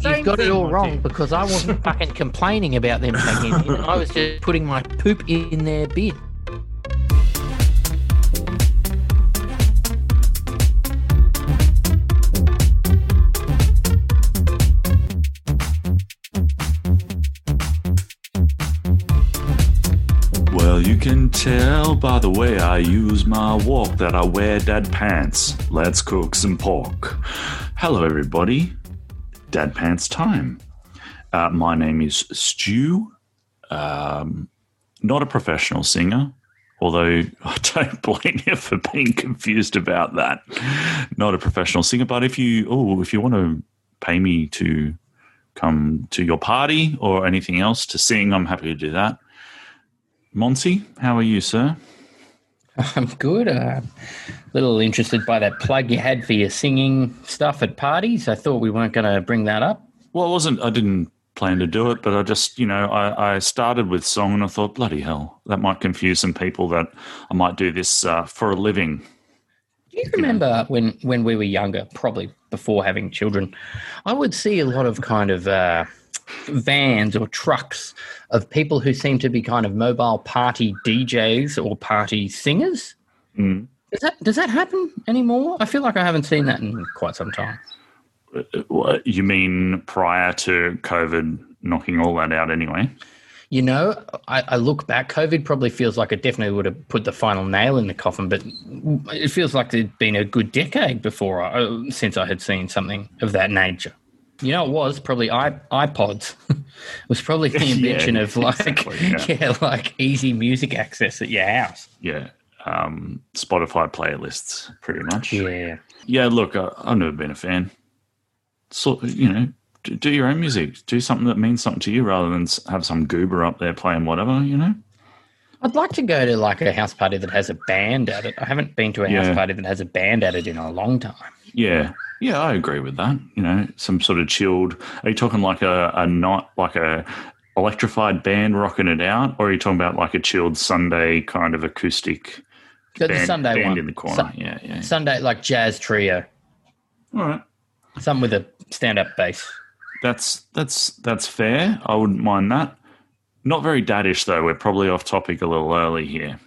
You've got it all wrong because I wasn't fucking complaining about them taking it in. I was just putting my poop in their bin. Well, you can tell by the way I use my walk that I wear dad pants. Let's cook some pork. Hello, everybody. Dad pants time. Uh, my name is Stu. Um, not a professional singer, although I don't blame you for being confused about that. Not a professional singer, but if you oh, if you want to pay me to come to your party or anything else to sing, I'm happy to do that. Monty, how are you, sir? I'm good. Uh, little interested by that plug you had for your singing stuff at parties. I thought we weren't going to bring that up. Well, I wasn't. I didn't plan to do it, but I just, you know, I, I started with song and I thought, bloody hell, that might confuse some people that I might do this uh, for a living. Do you remember when when we were younger, probably before having children, I would see a lot of kind of uh, vans or trucks of people who seem to be kind of mobile party DJs or party singers. Mm. Does that does that happen anymore? I feel like I haven't seen that in quite some time. Uh, what- You mean prior to COVID knocking all that out? Anyway, You know, I, I look back. COVID probably feels like it definitely would have put the final nail in the coffin, but it feels like there'd been a good decade before I, uh, since I had seen something of that nature. You know, it was probably i iPods. it was probably the Yeah, invention of like, exactly, yeah. yeah. like easy music access at your house. yeah, um, Spotify playlists, pretty much. Yeah, Yeah, look, I, I've never been a fan. So you know, do, do your own music. Do something that means something to you, rather than s- have some goober up there playing whatever. You know. I'd like to go to like a house party that has a band at it. I haven't been to a Yeah. house party that has a band at it in a long time. Yeah, yeah, I agree with that. You know, some sort of chilled. Are you talking like a a not like a electrified band rocking it out, or are you talking about like a chilled Sunday kind of acoustic The, the band, Sunday band one, in the corner? Sun- yeah, yeah. Sunday like jazz trio. All right. Something with a stand up bass. That's that's that's fair. I wouldn't mind that. Not very daddish though. We're probably off topic a little early here.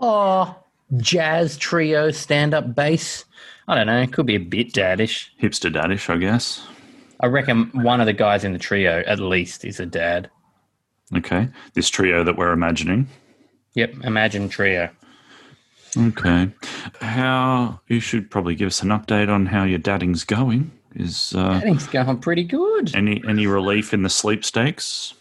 Oh, jazz trio stand up bass. I don't know. It could be a bit daddish. Hipster daddish, I guess. I reckon one of the guys in the trio, at least, is a dad. Okay. This trio that we're imagining. Yep, imagine trio. Okay. How you should probably give us an update on how your dadding's going. Is uh, I think it's going pretty good. any any relief in the sleep stakes?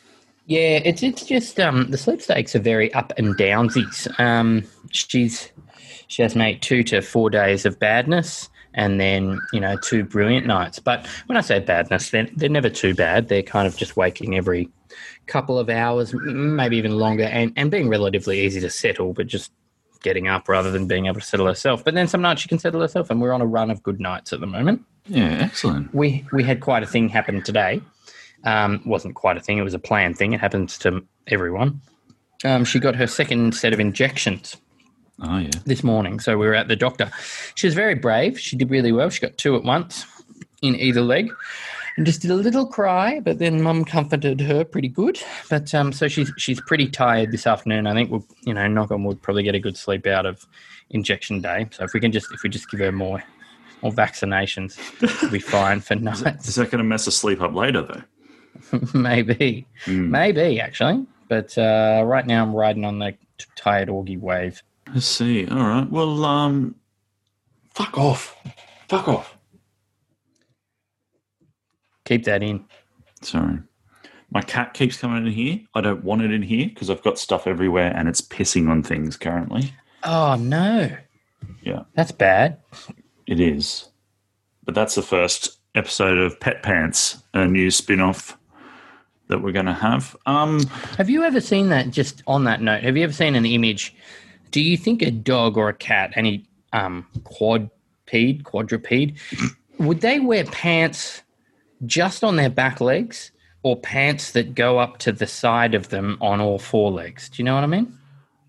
Yeah, it's it's just um the sleep stakes are very up and downsies. Um, she's she has made two to four days of badness, and then you know two brilliant nights. But when I say badness, they're they're never too bad. They're kind of just waking every couple of hours, m- maybe even longer, and, and being relatively easy to settle, but just getting up rather than being able to settle herself. But then some nights she can settle herself, and we're on a run of good nights at the moment. Yeah, excellent. We we had quite a thing happen today. Um, wasn't quite a thing; it was a planned thing. It happens to everyone. Um, she got her second set of injections Oh yeah. this morning, so we were at the doctor. She was very brave. She did really well. She got two at once in either leg, and just did a little cry. But then Mum comforted her pretty good. But um, so she's she's pretty tired this afternoon. I think we'll you know knock on wood probably get a good sleep out of injection day. So if we can just if we just give her more. More vaccinations, we'll be fine for nights. Is that going to mess us sleep up later though? Maybe, Mm. maybe actually. But uh, right now, I'm riding on the t- tired Augie wave. I see. All right. Well, um, fuck off. Fuck off. Keep that in. Sorry. My cat keeps coming in here. I don't want it in here because I've got stuff everywhere and it's pissing on things currently. Oh no. Yeah. That's bad. It is. But that's the first episode of Pet Pants, a new spin off that we're going to have. Um, Have you ever seen that? Just on that note, have you ever seen an image? Do you think a dog or a cat, any um, quadruped, quadruped, would they wear pants just on their back legs, or pants that go up to the side of them on all four legs? Do you know what I mean?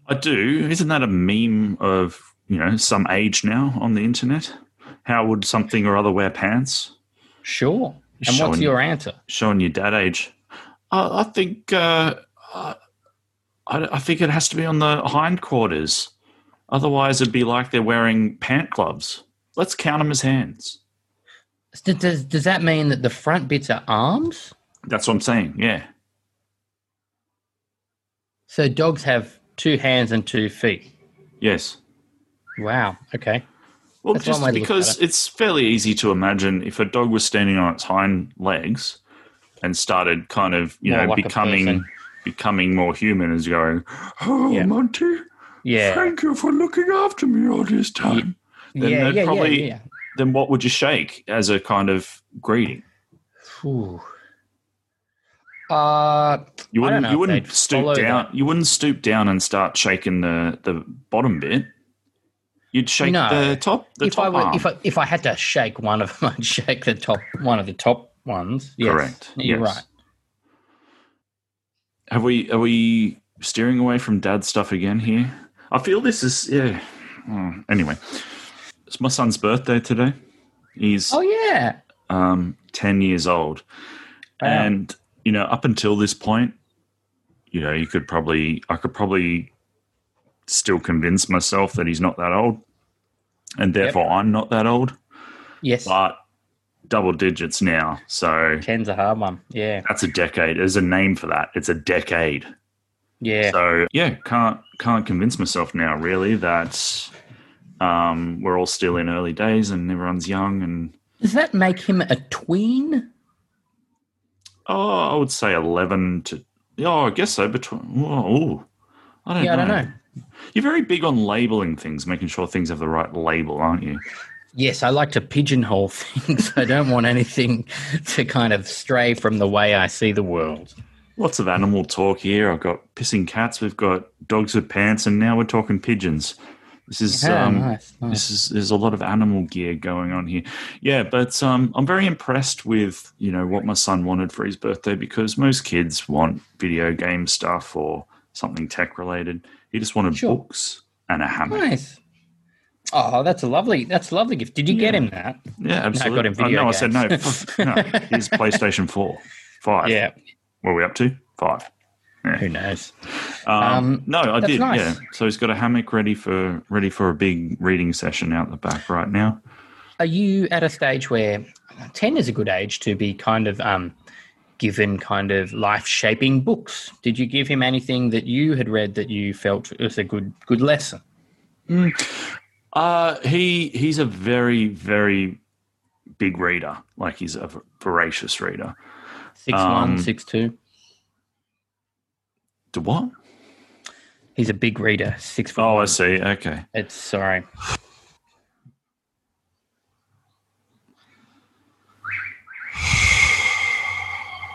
I do. Isn't that a meme of, you know, some age now on the internet? How would something or other wear pants? Sure. And what's Showing- your answer? showing your dad age. I, I think uh, I, I think it has to be on the hindquarters. Otherwise, it'd be like they're wearing pant gloves. Let's count them as hands. Does- Does, does that mean that the front bits are arms? That's what I'm saying. Yeah, So dogs have two hands and two feet. yes. Wow. Okay. Well, That's one just way to look because at it's fairly easy to imagine if a dog was standing on its hind legs and started kind of you More know like a becoming person. becoming more human, is going, oh Yeah. Monty, Yeah. thank you for looking after me all this time. Then yeah, they'd yeah, probably- yeah. then what would you shake as a kind of greeting? Yeah. Ooh. Uh, You I don't wouldn't know you if wouldn't they'd follow stoop down you wouldn't stoop down and start shaking the, the bottom bit. You'd shake No. the top the if top I were, arm. if I if I had to shake one of them, I'd shake the top one of the top ones. Yes, Correct. You're Yes. right. Have we are we steering away from dad stuff again here? I feel this is yeah. Mm, Anyway. It's my son's birthday today. He's Oh yeah. um, 10 years old. Wow. And, you know, up until this point, you know, you could probably, I could probably still convince myself that he's not that old. And therefore, I'm not that old, Yes. but double digits now. So Ten's a hard one. Yeah. that's a decade. There's a name for that. It's a decade. Yeah. So yeah, can't can't convince myself now really that um, we're all still in early days and everyone's young and Does that make him a tween? Oh, I would say eleven to. Oh, I guess so. Between. Oh, I don't Yeah, know. I don't know. You're very big on labeling things, making sure things have the right label, aren't you? Yes, I like to pigeonhole things. I don't want anything to kind of stray from the way I see the world. Lots of animal talk here. I've got pissing cats. We've got dogs with pants, and now we're talking pigeons. This is Yeah, um, nice, nice. this is there's a lot of animal gear going on here. Yeah, but um, I'm very impressed with you know what my son wanted for his birthday because most kids want video game stuff or something tech related. He just wanted Sure. books and a hammock. Nice. Oh, that's a lovely. That's a lovely gift. Did you get Yeah. him that? Yeah, absolutely. got him video oh, no, I games. said no. f- no, he's PlayStation Four, five. Yeah. what are we up to? Five. Who knows? Um, Um, no, I that's did. nice. Yeah. So he's got a hammock ready for ready for a big reading session out the back right now. Are you at a stage where uh, ten is a good age to be kind of um, given kind of life shaping books? Did you give him anything that you had read that you felt was a good good lesson? Uh, he he's a very very big reader. Like he's a voracious reader. Six Um, one, six two. Do what? He's a big reader. Six foot. Oh, I one. see. Okay. It's sorry.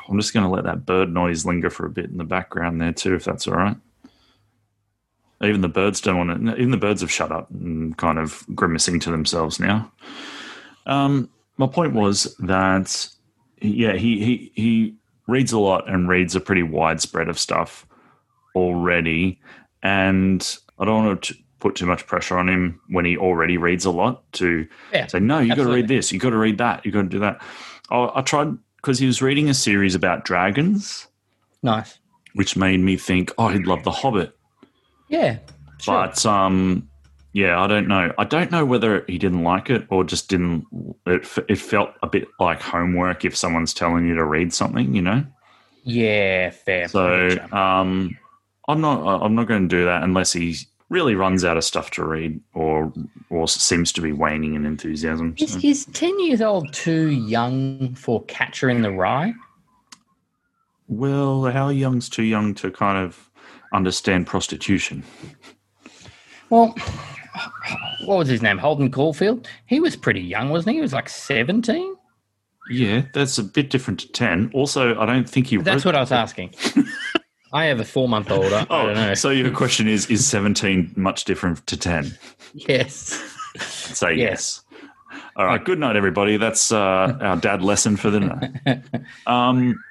I'm just going to let that bird noise linger for a bit in the background there too, if that's all right. Even the birds don't want to. Even the birds have shut up and kind of grimacing to themselves now. Um, my point was that, yeah, he he he reads a lot and reads a pretty wide spread of stuff already, and I don't want to put too much pressure on him when he already reads a lot to Yeah. say no you got to Absolutely. read this you got to read that you got to do that I, I tried because he was reading a series about dragons Nice. which made me think oh he'd love the hobbit Yeah. Sure. but um yeah i don't know i don't know whether he didn't like it or just didn't it, f- it felt a bit like homework if someone's telling you to read something you know yeah. Fair. so Gotcha. um i'm not i'm not going to do that unless he really runs out of stuff to read or or seems to be waning in enthusiasm Is, so. is 10 years old too young for Catcher in the Rye? Well, how young's too young to kind of understand prostitution? Well, what was his name? Holden Caulfield? He was pretty young, wasn't he? He was like 17? Yeah, that's a bit different to ten. Also, I don't think he. That's what I was asking. I have a four month old. I, I don't know. Oh, so your question is: Is seventeen much different to ten? yes. Say yes. Yes. All right. Good night, everybody. That's uh, our dad lesson for the night. Um,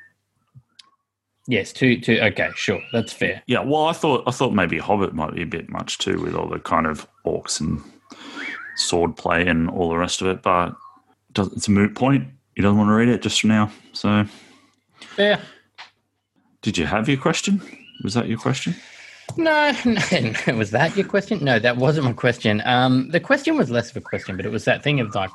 Yes. Two, two. Okay. Sure. That's fair. yeah. Well, I thought I thought maybe Hobbit might be a bit much too, with all the kind of orcs and sword play and all the rest of it. But it does- it's a moot point. he doesn't want to read it just for now. So, Yeah. did you have your question? Was that your question? No, no, was that your question? No, that wasn't my question. Um, the question was less of a question, but it was that thing of like,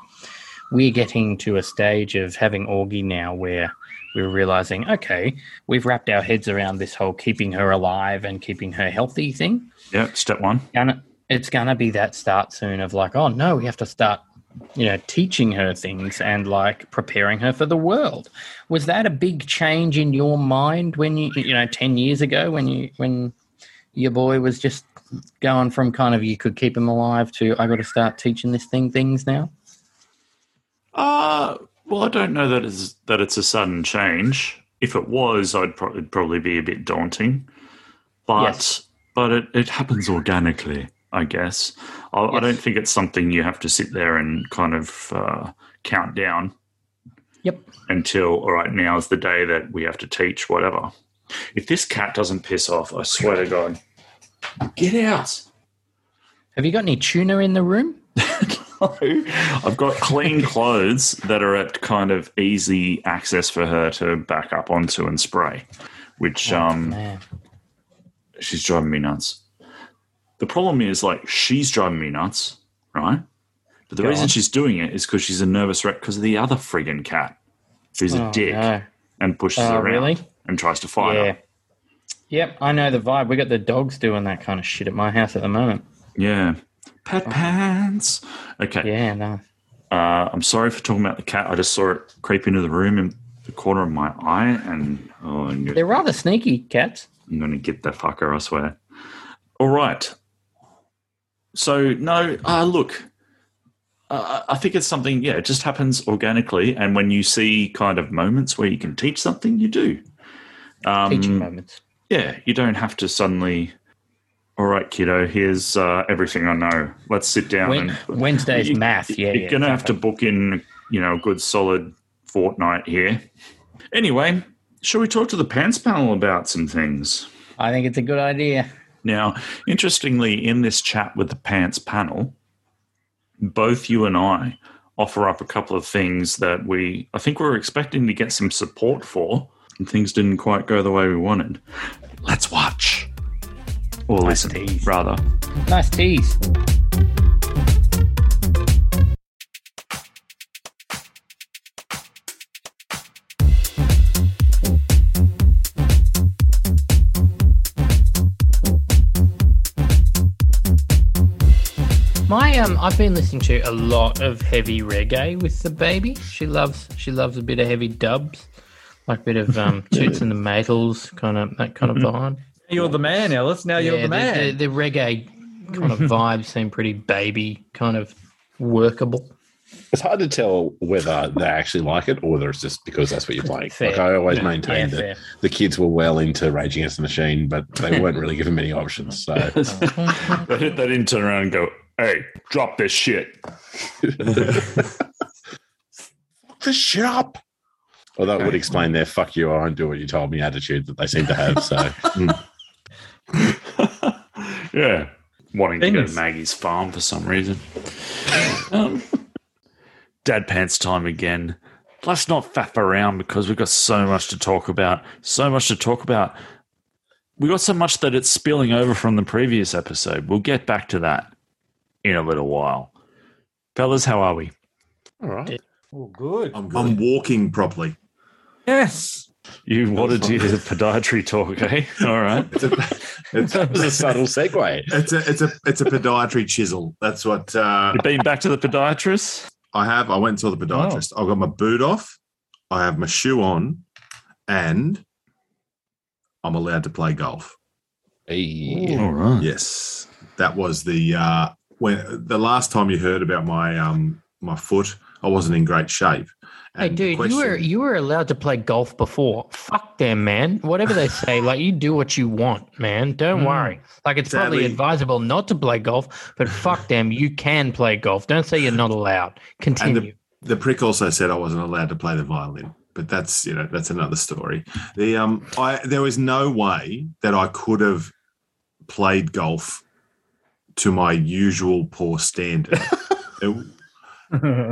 we're getting to a stage of having Augie now where we're realizing, okay, we've wrapped our heads around this whole keeping her alive and keeping her healthy thing. Yeah, step one. Gonna, it's going to be that start soon of like, oh no, we have to start, you know, teaching her things and like preparing her for the world. Was that a big change in your mind when you, you know, 10 years ago when you, when your boy was just going from kind of you could keep him alive to I got to start teaching this thing things now. Uh, well, I don't know that is that it's a sudden change. If it was, I'd pro- it'd probably be a bit daunting. But Yes. but it, it happens organically, I guess. I, I Yes. don't think it's something you have to sit there and kind of uh, count down Yep. until all right now is the day that we have to teach whatever. If this cat doesn't piss off, I swear to God, get out. Have you got any tuna in the room? No, I've got clean clothes that are at kind of easy access for her to back up onto and spray, which um, Man. she's driving me nuts. The problem is, like, she's driving me nuts, right? But the Go reason on. she's doing it is because she's a nervous wreck because of the other friggin' cat who's a Oh, dick no. and pushes Oh, her around really? and tries to fight Yeah. her. Yep, I know the vibe. We got the dogs doing that kind of shit at my house at the moment. Yeah. Pet pants. Okay. Oh. Yeah, no. Uh, I'm sorry for talking about the cat. I just saw it creep into the room in the corner of my eye, and oh, I'm gonna- They're rather sneaky cats. I'm going to get that fucker, I swear. All right. So, no, uh, look, uh, I think it's something, yeah, it just happens organically. And when you see kind of moments where you can teach something, you do. Um, Teaching moments. yeah, you don't have to suddenly, all right, kiddo, here's uh, everything I know. Let's sit down Wen- and Wednesday's um, you- math. Yeah, you're yeah. gonna have to book in, you know, a good solid fortnight here. Anyway, shall we talk to the pants panel about some things? I think it's a good idea. Now, interestingly, in this chat with the pants panel, both you and I offer up a couple of things that we I think we were expecting to get some support for, and things didn't quite go the way we wanted. Let's watch. Or listen, tease. rather. Nice tease. My um, I've been listening to a lot of heavy reggae with the baby. She loves she loves a bit of heavy dubs, like a bit of um, Toots and the Maytals, kind of that kind of vibe. You're the man, Ellis. Now you're the man. The, the, the reggae kind of vibe seemed pretty baby, kind of workable. It's hard to tell whether they actually like it or whether it's just because that's what you're playing. Fair. Like I always Yeah, maintained that fair. the kids were well into Rage Against the Machine, but they weren't really given many options. So They didn't, they didn't turn around and go, hey, drop this shit. the shop. Well, that would explain their "fuck you, I won't do what you told me" attitude that they seem to have. So mm. yeah. Wanting to go to Goodness. Maggie's farm for some reason. um, Dad pants time again. Let's not faff around because we've got so much to talk about. So much to talk about. We got so much that it's spilling over from the previous episode. We'll get back to that in a little while. Fellas, how are we? all right, oh, good. I'm, I'm walking properly. Yes. You wanted to hear the podiatry talk, eh? All right. It's a, that it's, was a subtle segue. it's a it's a it's a podiatry chisel. That's what uh, You've been back to the podiatrist? I have. I went and saw Oh. the podiatrist. I've got my boot off. I have my shoe on, and I'm allowed to play golf. Hey. All right. Yes, that was the uh, when the last time you heard about my um my foot. I wasn't in great shape. Hey, And the dude, you were question- you were allowed to play golf before. Fuck them, man. Whatever they say, like you do what you want, man. Don't Mm. worry. Like it's probably Sadly- advisable not to play golf, but fuck them. You can play golf. Don't say you're not allowed. Continue. the prick also said I wasn't allowed to play the violin, but that's you know that's another story. The um, I there was no way that I could have played golf to my usual poor standard i-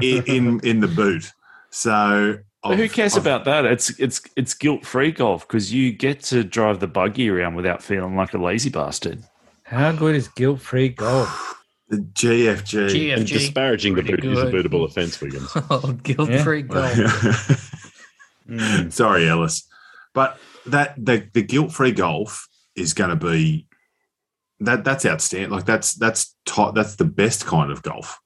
in in the boot. So But who I've- cares I've- about that? It's it's it's guilt free golf because you get to drive the buggy around without feeling like a lazy bastard. How good is guilt free golf? the GFG? GFG. And disparaging the Pretty boot is a good. bootable offence, Wiggins. Oh, guilt-free golf. Mm. Sorry, Ellis, but that the, the guilt free golf is going to be that that's outstanding. Like that's that's to, that's the best kind of golf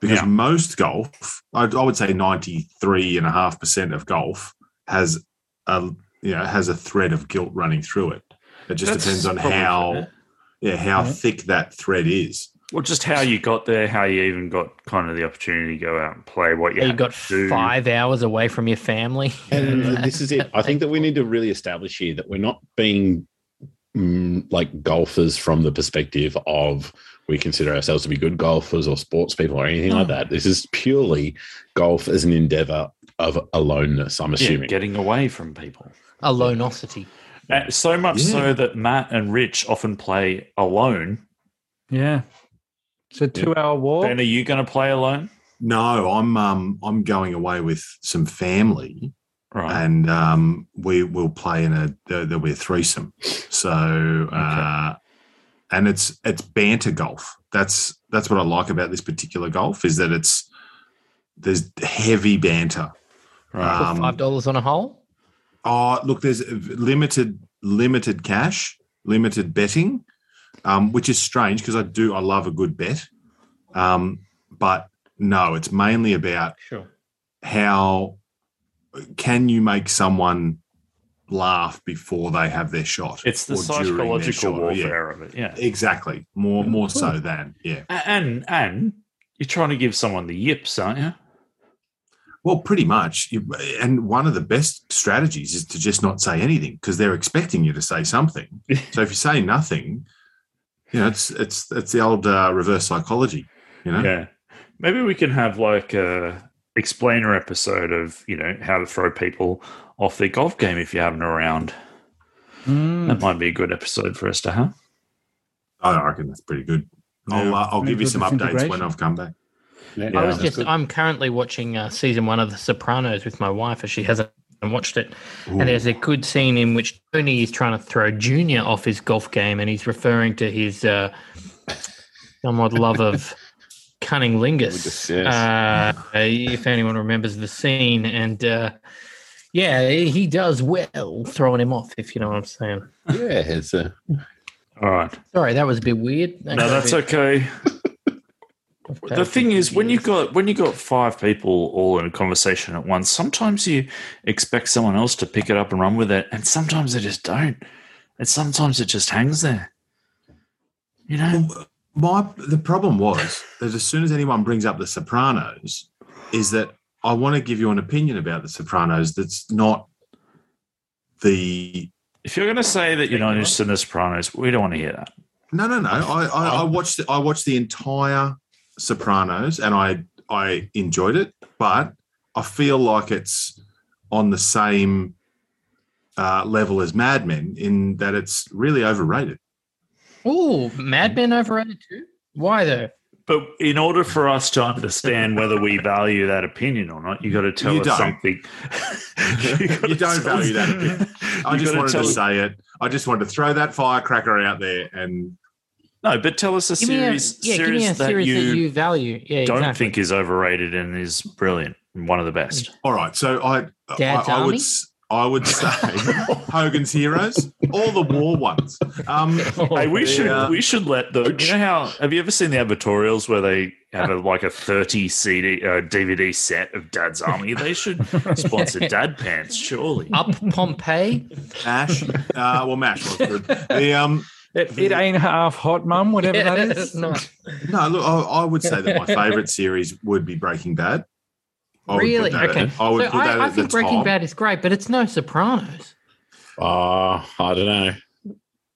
because Yeah. most golf, I, I would say ninety three and a half percent of golf has a you know has a thread of guilt running through it. It just That's depends on probably how fair. Mm-hmm. yeah how Mhm. thick that thread is. Well, just how you got there, how you even got kind of the opportunity to go out and play what you, You had got to do. five hours away from your family. And uh, this is it. I think that we need to really establish here that we're not being mm, like golfers from the perspective of we consider ourselves to be good golfers or sports people or anything Mm. like that. This is purely golf as an endeavor of aloneness, I'm Yeah, assuming. getting away from people. Alonosity. Uh, so much Yeah. so that Matt and Rich often play alone. Yeah. It's a two hour walk. Ben, are you going to play alone? No, I'm um I'm going away with some family. Right. and um, we will play in a there- there'll be a threesome. So, uh, and it's it's banter golf. That's that's what I like about this particular golf is that it's there's heavy banter. right. Um, Five dollars on a hole. Oh, look, there's limited limited cash, limited betting, um, which is strange because I do I love a good bet, um, but no, it's mainly about Sure. how can you make someone laugh before they have their shot? It's the or during their psychological shot, Yeah. warfare of it. Yeah. Exactly. More more so than yeah. A- And and you're trying to give someone the yips, aren't you? Well, pretty much. You- And one of the best strategies is to just not say anything because they're expecting you to say something. so if you say nothing, you know it's it's it's the old uh, reverse psychology. You know. Yeah. Maybe we can have like a explainer episode of, you know, how to throw people off their golf game if you haven't around. Mm. Um, That might be a good episode for us to have. Oh, I reckon that's pretty good. I'll Yeah. uh, I'll give you Good some updates when disintegration. I've come back. Yeah, I was that's just. I'm currently watching uh, season one of The Sopranos with my wife, as she hasn't watched it. And there's a good scene in which Tony is trying to throw Junior off his golf game, and he's referring to his uh, somewhat love of cunning lingus. Lingus, yes. Uh, if anyone remembers the scene, and uh, yeah, he does well throwing him off, if you know what I'm saying. Yeah, it's a All right. Sorry, that was a bit weird. No, that's okay. okay. Uh, The thing is, when you got when you got five people all in a conversation at once, sometimes you expect someone else to pick it up and run with it, and sometimes they just don't, and sometimes it just hangs there. You know, My the problem was that as soon as anyone brings up the Sopranos, is that I want to give you an opinion about the Sopranos that's not the if you're going to say that you're not interested in the Sopranos, we don't want to hear that. no Oh. no no. I I, I watched I watched the entire Sopranos and I I enjoyed it, but I feel like it's on the same uh, level as Mad Men in that it's really overrated. oh, Mad Men overrated too. Why though? But in order for us to understand whether we value that opinion or not, you got to tell You us don't. something. you, gotta You don't tell value us- that opinion. I you just gotta wanted tell to us- say it. I just wanted to throw that firecracker out there and no, but tell us a Give me a- series, yeah, give series, me a that, series you that you value. Yeah, don't exactly. think is overrated and is brilliant, and one of the best. All right, so I Dad's I, I would Army? s- I would say Hogan's Heroes, all the war ones. Um, Oh, Hey, we yeah. should we should let the you know how have you ever seen the advertorials where they have a, like a thirty CD uh, DVD set of Dad's Army? They should sponsor Dad Pants, surely. up Pompeii. Mash, uh, well, Mash was good. The, um, It, it ain't half hot, mum, whatever that is. No. no, look, I, I would say that my favourite series would be Breaking Bad. I would put Really? that Okay. at- I would so put that I, I at the think Breaking top. Bad is great, but it's no Sopranos. Uh, I don't know.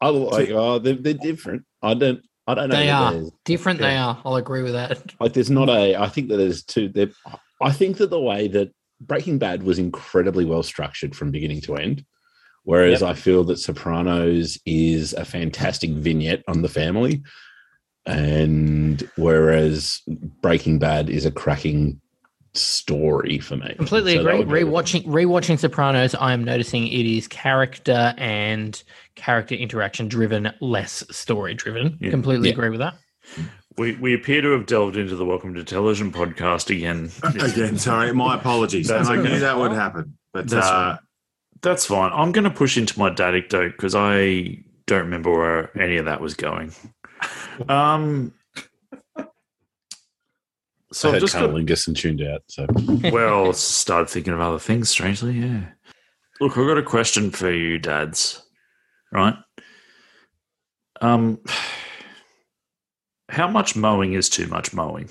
I like. Oh, they're, they're different. I don't. I don't know. They that are. there's- Different they are. I'll agree with that. Like, there's not a. I think that there's two. There. I think that the way that Breaking Bad was incredibly well structured from beginning to end, whereas I feel that Sopranos is a fantastic vignette on the family, and whereas Breaking Bad is a cracking story for me. Completely So that agree. would be- Rewatching rewatching Sopranos, I am noticing it is character and character interaction driven, less story driven. Yeah. Completely Yeah. agree with that. We, we appear to have delved into the Welcome to Television podcast again. Again, sorry, my apologies. That's and I okay. knew that would happen. But That's uh, That's fine. I'm going to push into my anecdote because I don't remember where any of that was going. Um, so I I've had just got, Cunnilingus and tuned out. So well, started thinking of other things, strangely. Yeah. Look, I've got a question for you, dads. Right? Um, how much mowing is too much mowing?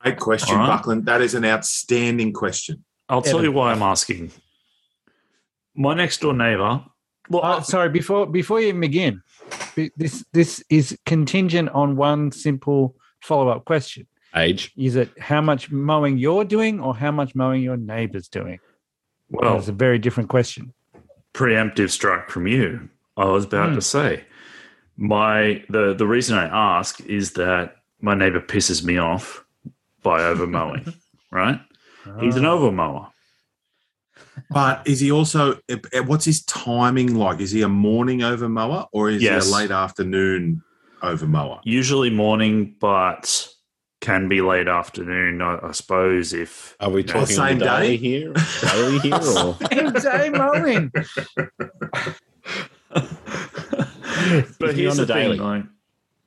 great question, All right. Buckland. That is an outstanding question. I'll tell Evan. you why I'm asking. My next door neighbor. Well, Oh, sorry, before before you begin, be- this this is contingent on one simple follow up question: age. Is it how much mowing you're doing, or how much mowing your neighbour's doing? well, it's a very different question. preemptive strike from you. I was about Hmm. to say my the the reason I ask is that my neighbor pisses me off by overmowing. right? He's an Ah. overmower. But is he also, eh, what's his timing like? Is he a morning over mower or is Yes. he a late afternoon over mower? Usually morning, but can be late afternoon, I, I suppose. If Are we the talking same daily day? here? Daily here or Day mowing. but He's here's on the thing, a daily. like,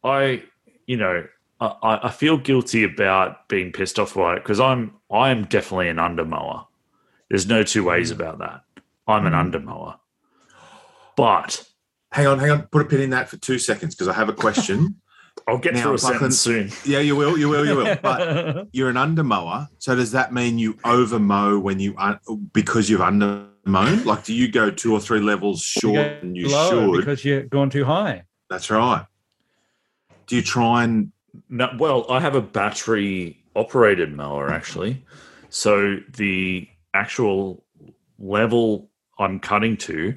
I, you know, I- I, I feel guilty about being pissed off by it because I'm I'm definitely an undermower. There's no two ways about that. I'm an undermower. But Hang on, hang on. Put a pin in that for two seconds because I have a question. I'll get Now, through a fucking- sentence soon. yeah, you will, you will, you will. But you're an undermower. So does that mean you overmow when you un- because you've undermown? Like, do you go two or three levels short go than you Lower should? because you're gone too high. That's right. Do you try and No, well, I have a battery operated mower actually. So the actual level I'm cutting to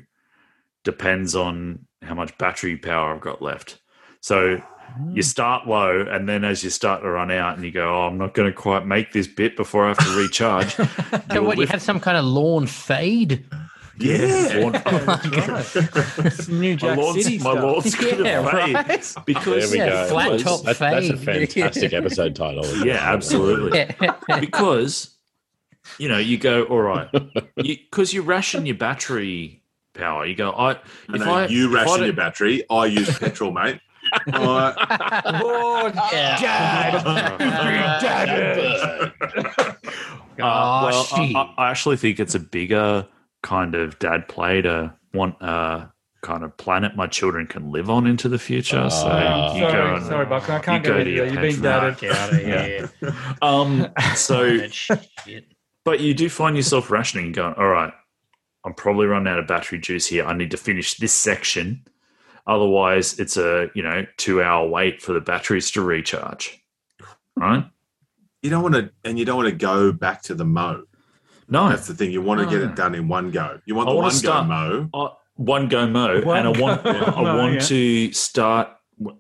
depends on how much battery power I've got left. So Hmm. you start low, and then as you start to run out, and you go, "Oh, I'm not going to quite make this bit before I have to recharge." So You'll what you lift- have some kind of lawn fade? yeah? Oh, That's right. It's New my Jack City lawns, my stuff. lawns could Yeah, have paid right. because There we go. Flat top That- that's a fade. fantastic episode title. Yeah, absolutely. Yeah. because you know you go all right because you, ration your battery power you go i I if know I- you if I ration don't- your battery. I use petrol, mate. All right. Lord, Yeah. Uh, Dad. Dad. uh, Aw, well, shit. I, I I actually think it's a bigger kind of dad play to want a kind of planet my children can live on into the future so Ah. Uh, you go Um, sorry, and- sorry, Buck. I can't you go, go into that. to your You've been pension. doubted. Get out of here. um so That shit. But you do find yourself rationing and going, all right, I'm probably running out of battery juice here. I need to finish this section. Otherwise, it's a, you know, two hour wait for the batteries to recharge. Right? You don't want to, and you don't want to go back to the mow. No. That's the thing. You want to get No. it done in one go. You want I the wanna one go start- mow. I- Uh, one go mo. One and I want go I mo, want yeah. to start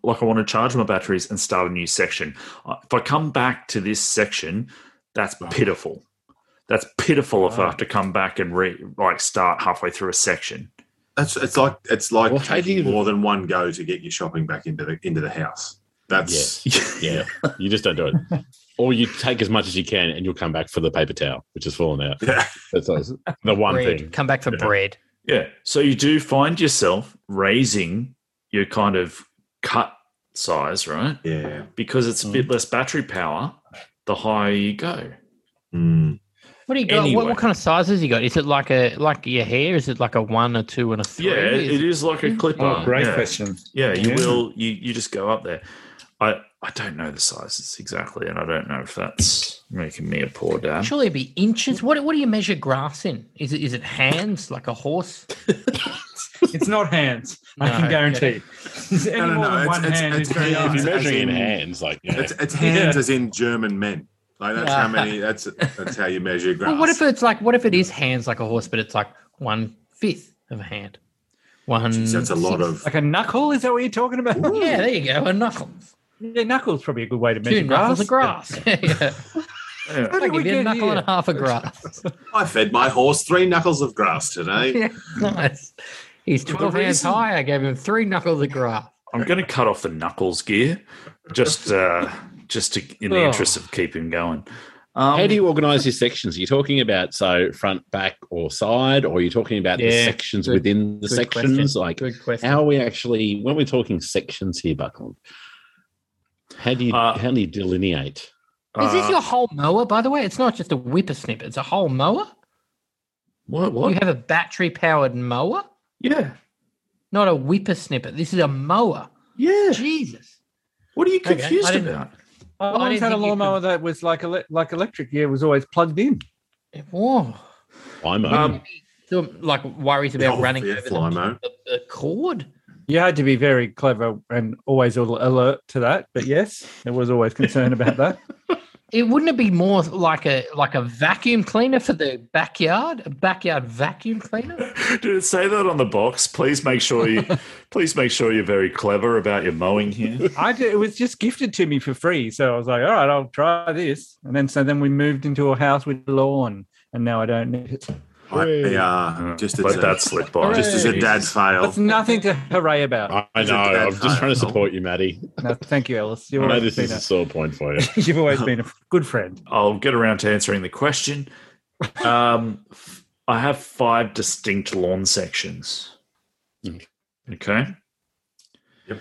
like I want to charge my batteries and start a new section. Uh, If I come back to this section, that's pitiful. That's pitiful if I have to come back and re like start halfway through a section. That's it's like it's like Well, how do taking you- more than one go to get your shopping back into the into the house. That's Yeah, you just don't do it. Or you take as much as you can and you'll come back for the paper towel, which has fallen out. yeah. That's always the one bread. thing. Come back for Yeah. bread. Yeah. So you do find yourself raising your kind of cut size, right? yeah. Because it's a Mm. bit less battery power the higher you go. Mm. What do you got? What, Anyway. what kind of sizes you got? Is it like a like your hair? Is it like a one, a two, and a three? Yeah, it is like a clip Oh, on. great yeah. question. Yeah, you Yeah. will you you just go up there. I I don't know the sizes exactly, and I don't know if that's making me a poor dad. Surely it'd be inches. What what do you measure grass in? Is it is it hands like a horse? It's not hands. I No. can guarantee. It's any No, no, more no, than it's- one it's- hand. it's is very hands. If hard. you're measuring in As in- hands, like yeah. It's it's hands Yeah. as in German men. Like that's how many. That's that's how you measure grass. Well, what if it's like what if it is hands like a horse, but it's like one fifth of a hand? One. Jeez, that's a lot sixth. of. Like a knuckle? Is that what you're talking about? Yeah, there you go. A knuckle. Yeah, knuckle's probably a good way to measure Two knuckles grass. of grass. Yeah. Yeah. How did we Give you a get knuckle and here? a half of grass. I fed my horse three knuckles of grass today. nice. He's The 12 hands reason- high. I gave him three knuckles of grass. I'm going to cut off the knuckles gear, just uh, just to, in the Oh. interest of keeping going. Um, How do you organize your sections? Are you talking about so front, back, or side, or are you talking about the Yeah, sections good- within the good sections? question. Like Good question. how are we actually when we're talking sections here, Buckland? How do you Uh, how do you delineate? Is this uh, your whole mower, by the way? It's not just a whippersnapper. It's a whole mower? what? You What? have a battery-powered mower? Yeah, Not a whippersnapper. This is a mower. yeah. Jesus. What are you Okay, I confused didn't- I about? Well, I always didn't had a think you lawnmower could- that was like ele- like electric. Yeah, it was always plugged in. Whoa. Limo. Um, So, like worries about Oh, running yeah, over the, Flymo. the, the cord. You had to be very clever and always al- alert to that. But yes, there was always concern about that. It wouldn't it be more like a like a vacuum cleaner for the backyard? A backyard vacuum cleaner? Did it say that on the box? Please make sure you, please make sure you're very clever about your mowing here. I did, it was just gifted to me for free, so I was like, all right, I'll try this. And then so then we moved into a house with lawn, and now I don't need it. I, uh, Uh, just as Let a, that slip by. just as a dad fail. That's nothing to hooray about. I I Is it know. bad I'm just trying to time? support you, Maddie. No, thank you, Ellis. I You've know always, this been, is a sore point for you. a, you've always been a good friend. I'll get around to answering the question. Um, f- I have five distinct lawn sections. Okay. Okay.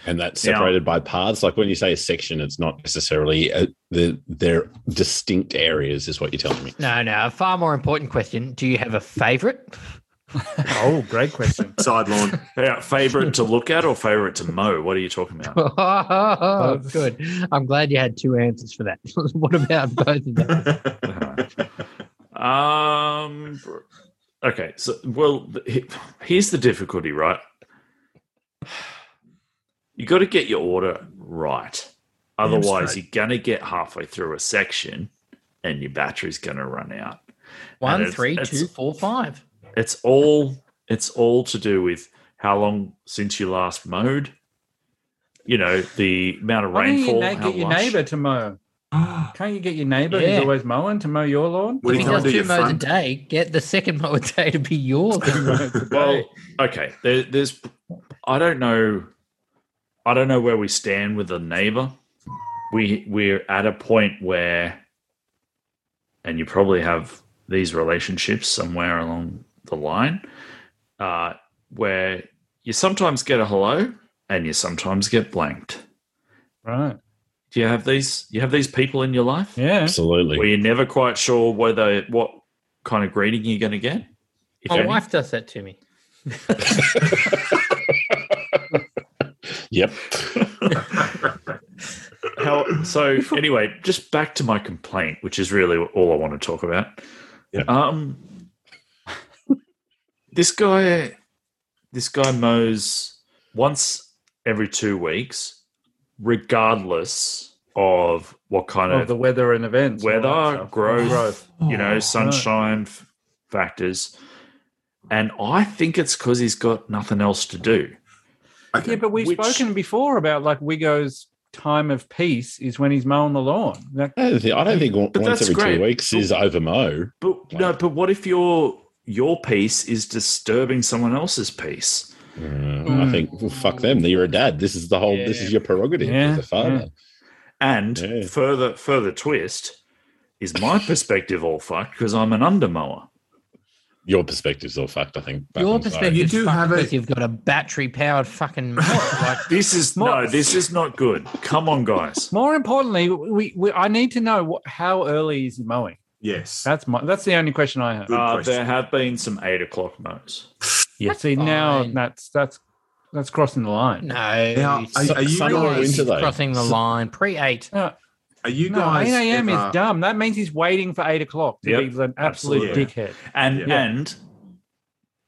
And that's Yeah. separated by paths. Like when you say a section, it's not necessarily uh the, they're distinct areas, is what you're telling me. No, no. A far more important question. Do you have a favorite? Oh, great question. Side lawn. Yeah, favorite to look at or favorite to mow? What are you talking about? Oh, good. I'm glad you had two answers for that. what about both of them? Um. Okay. So, well, he- here's the difficulty, right? You got to get your order right. Otherwise, straight. you're gonna get halfway through a section, and your battery's gonna run out. And One, it's- three, it's- two, four, five. It's all. It's all to do with how long since you last mowed. You know the amount of Why don't you rainfall. na- how get your lush- neighbour to mow? Can't you get your neighbour Yeah. who's always mowing to mow your lawn? What If do he you does can't do two your mows a front? day, get the second mow a day to be yours. Well, okay. There, there's, I don't know, I don't know where we stand with the neighbor. We we're at a point where, and you probably have these relationships somewhere along the line, uh, where you sometimes get a hello and you sometimes get blanked. Right. Do you have these? You have these people in your life Yeah. Absolutely. where you're never quite sure whether what kind of greeting you're going to get. If Oh, My any. wife does that to me. Yep. How, so anyway, just back to my complaint, which is really all I want to talk about. Yeah. Um, this guy, this guy mows once every two weeks, regardless of what kind Of of, the weather and events. all that weather, stuff. growth, you know, Oh, sunshine f- factors. And I think it's because he's got nothing else to do. Okay. Yeah, but we've Which- spoken before about like Wigo's time of peace is when he's mowing the lawn. Like, I don't think, I don't think on- But once that's every great. two weeks is over mow. But no, but what if your your piece is disturbing someone else's piece? Mm, I think well, fuck them. You're a dad. This is the whole. This is your prerogative Yeah, as a father. And Yeah. further further twist is my perspective all fucked because I'm an undermower. Your perspective's all fucked. I think. back Your on Friday. perspective You do have a- because you've got a battery powered fucking mower. Like, This is no, this is not good. Come on, guys. more importantly, we, we I need to know what, how early is he mowing. yes. That's my that's the only question I have. Good Uh, question. there have been some eight o'clock mows. Yeah, see now fine. that's that's that's crossing the line. no, Now, you are- suck- are you summer guys- is Winter, though. crossing the So- line pre eight. No, Are you no, guys? 8 a.m. ever- is dumb. That means he's waiting for eight o'clock to Yep, be an absolute absolutely. dickhead. And Yeah. and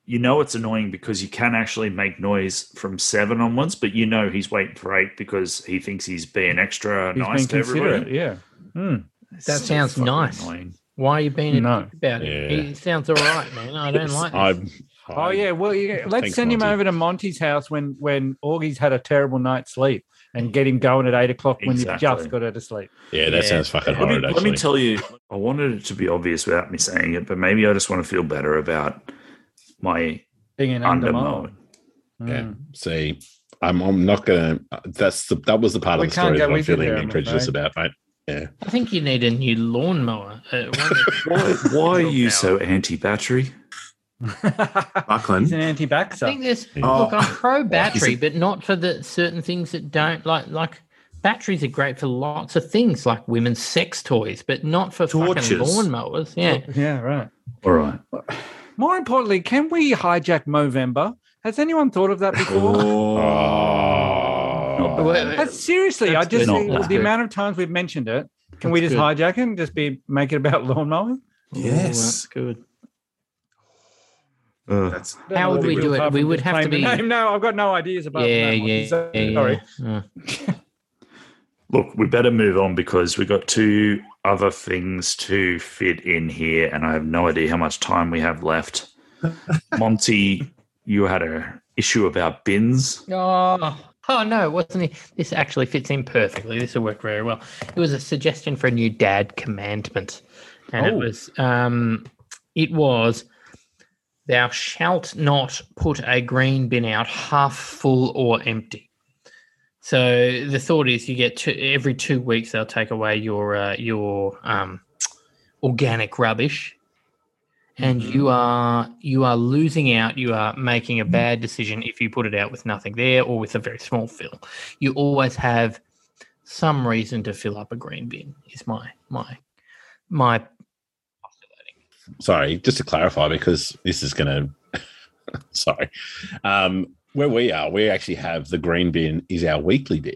you know it's annoying because you can actually make noise from seven onwards, but you know he's waiting for eight because he thinks he's being extra He's nice been to considerate. everybody. Yeah. Hmm. It's That so sounds fucking nice. annoying. Why are you being a No. dick about it? Yeah. He sounds all right, man. I don't like this. I'm Oh yeah, well yeah, let's Thanks, send him Monty. over to Monty's house when when Augie's had a terrible night's sleep and get him going at eight o'clock when Exactly. you've just got her to sleep. Yeah, that Yeah. sounds fucking Let me, horrid. let me actually, tell you, I wanted it to be obvious without me saying it, but maybe I just want to feel better about my Being an undermowing. undermine. Yeah. see, I'm, I'm not gonna. That's the that was the part We of the can't story go that I'm with you feeling there, I'm incredulous afraid. about, mate. I think you need a new lawnmower. Uh, one that- Why, why are you so anti battery? Mm. He's an Buckland. I anti-vaxxer. think there's Oh. look. I'm pro battery, but not for the certain things that don't like like. Batteries are great for lots of things, like women's sex toys, but not for fucking Torches. lawnmowers. Yeah, yeah, right. All right. More importantly, can we hijack Movember? Has anyone thought of that before? Oh, Not Well, But seriously, I That's just good. think That's the good. amount of times we've mentioned it. Can we That's just good. hijack it and just be make it about lawn mowing? Yes. that's good. Ugh. That's Don't How know would what we do do it? apart We from would just have to claim the be- name. No, I've got no ideas about Yeah, that one. yeah, So- yeah, Sorry. yeah. Look, we better move on because we got two other things to fit in here, and I have no idea how much time we have left. Monty, you had a issue about bins. Oh, oh no, wasn't it? This actually fits in perfectly. This will work very well. It was a suggestion for a new dad commandment, and it Oh. was um, it was thou shalt not put a green bin out half full or empty. So the thought is, you get two, every two weeks they'll take away your uh, your um, organic rubbish, and Mm-hmm. you are you are losing out. You are making a bad decision if you put it out with nothing there or with a very small fill. You always have some reason to fill up a green bin. Is my my my sorry, just to clarify, because this is going to, sorry, um, where we are, we actually have the green bin is our weekly bin.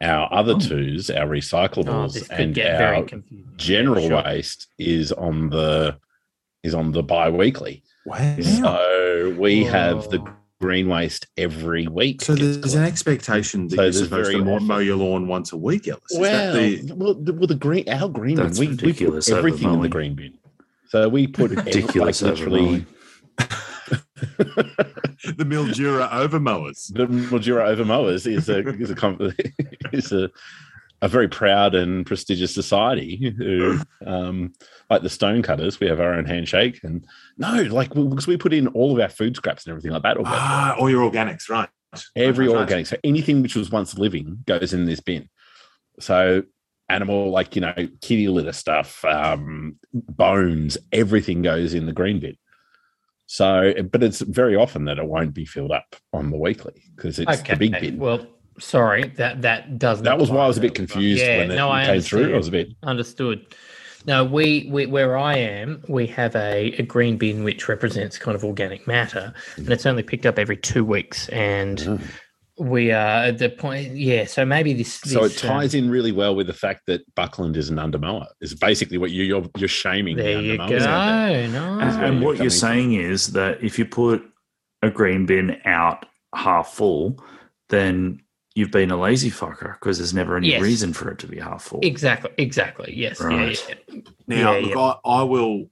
Our other twos, our oh, recyclables, this could and get our very confusing. general Sure. waste is on the is on the bi-weekly. wow. So we have the Whoa. green waste every week. So It's there's an expectation that So you're there's supposed to very mow often- mow your lawn once a week, Ellis. Is Well, that the- well, the, well, the green, our green That's bin, we, we ridiculous put everything in the overmowing. green bin. So we put every- Ridiculous. like literally overmowing. the Mildura overmowers. the Mildura over mowers is a is a com- is a a very proud and prestigious society who, um, like the stonecutters, we have our own handshake and no, like we- because we put in all of our food scraps and everything like that. All Ah, all your organics, right? every Right, right. organic, so anything which was once living goes in this bin. So animal, like you know, kitty litter stuff, um, bones, everything goes in the green bin. So, but it's very often that it won't be filled up on the weekly because it's the big bin. Well, sorry that that doesn't. That was why apply I was a bit to that. confused Yeah, when it no, I came through. I understand. was a bit Understood. No, we, we where I am, we have a, a green bin which represents kind of organic matter, and it's only picked up every two weeks. And Mm. we are at the point, yeah. So maybe this. so it this, um, ties in really well with the fact that Buckland is an undermower. Is basically what you, you're you're shaming. the there you go. undermowers out there. Nice. And, and what Coming you're saying is that if you put a green bin out half full, then you've been a lazy fucker because there's never any Yes. reason for it to be half full. Exactly. Exactly. Yes. yeah, Right. Yeah, Now, Yeah, look, I, I will.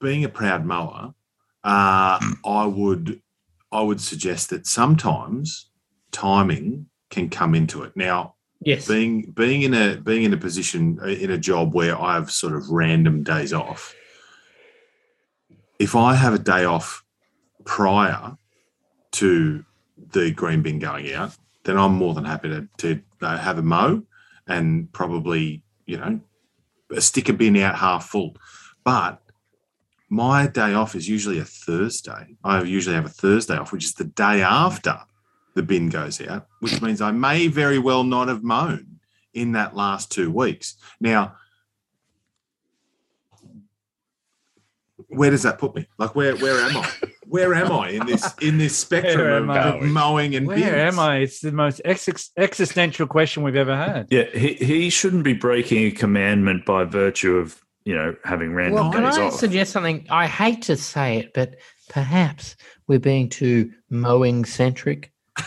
Being a proud mower, uh, Hmm. I would, I would suggest that sometimes timing can come into it. Now, Yes. being being in a being in a position uh, in a job where I have sort of random days off. If I have a day off prior to the green bin going out, then I'm more than happy to, to uh, have a mow and probably you know stick a bin out half full. But my day off is usually a Thursday. I usually have a Thursday off, which is the day after the bin goes out, which means I may very well not have mown in that last two weeks. Now, where does that put me? Like, where where am I? Where am I in this in this Where spectrum am I? of mowing and bins? Where am I? It's the most ex- existential question we've ever had. Yeah, he, he shouldn't be breaking a commandment by virtue of, you know, having random Well, Can days I off. suggest something? I hate to say it, but perhaps we're being too mowing centric.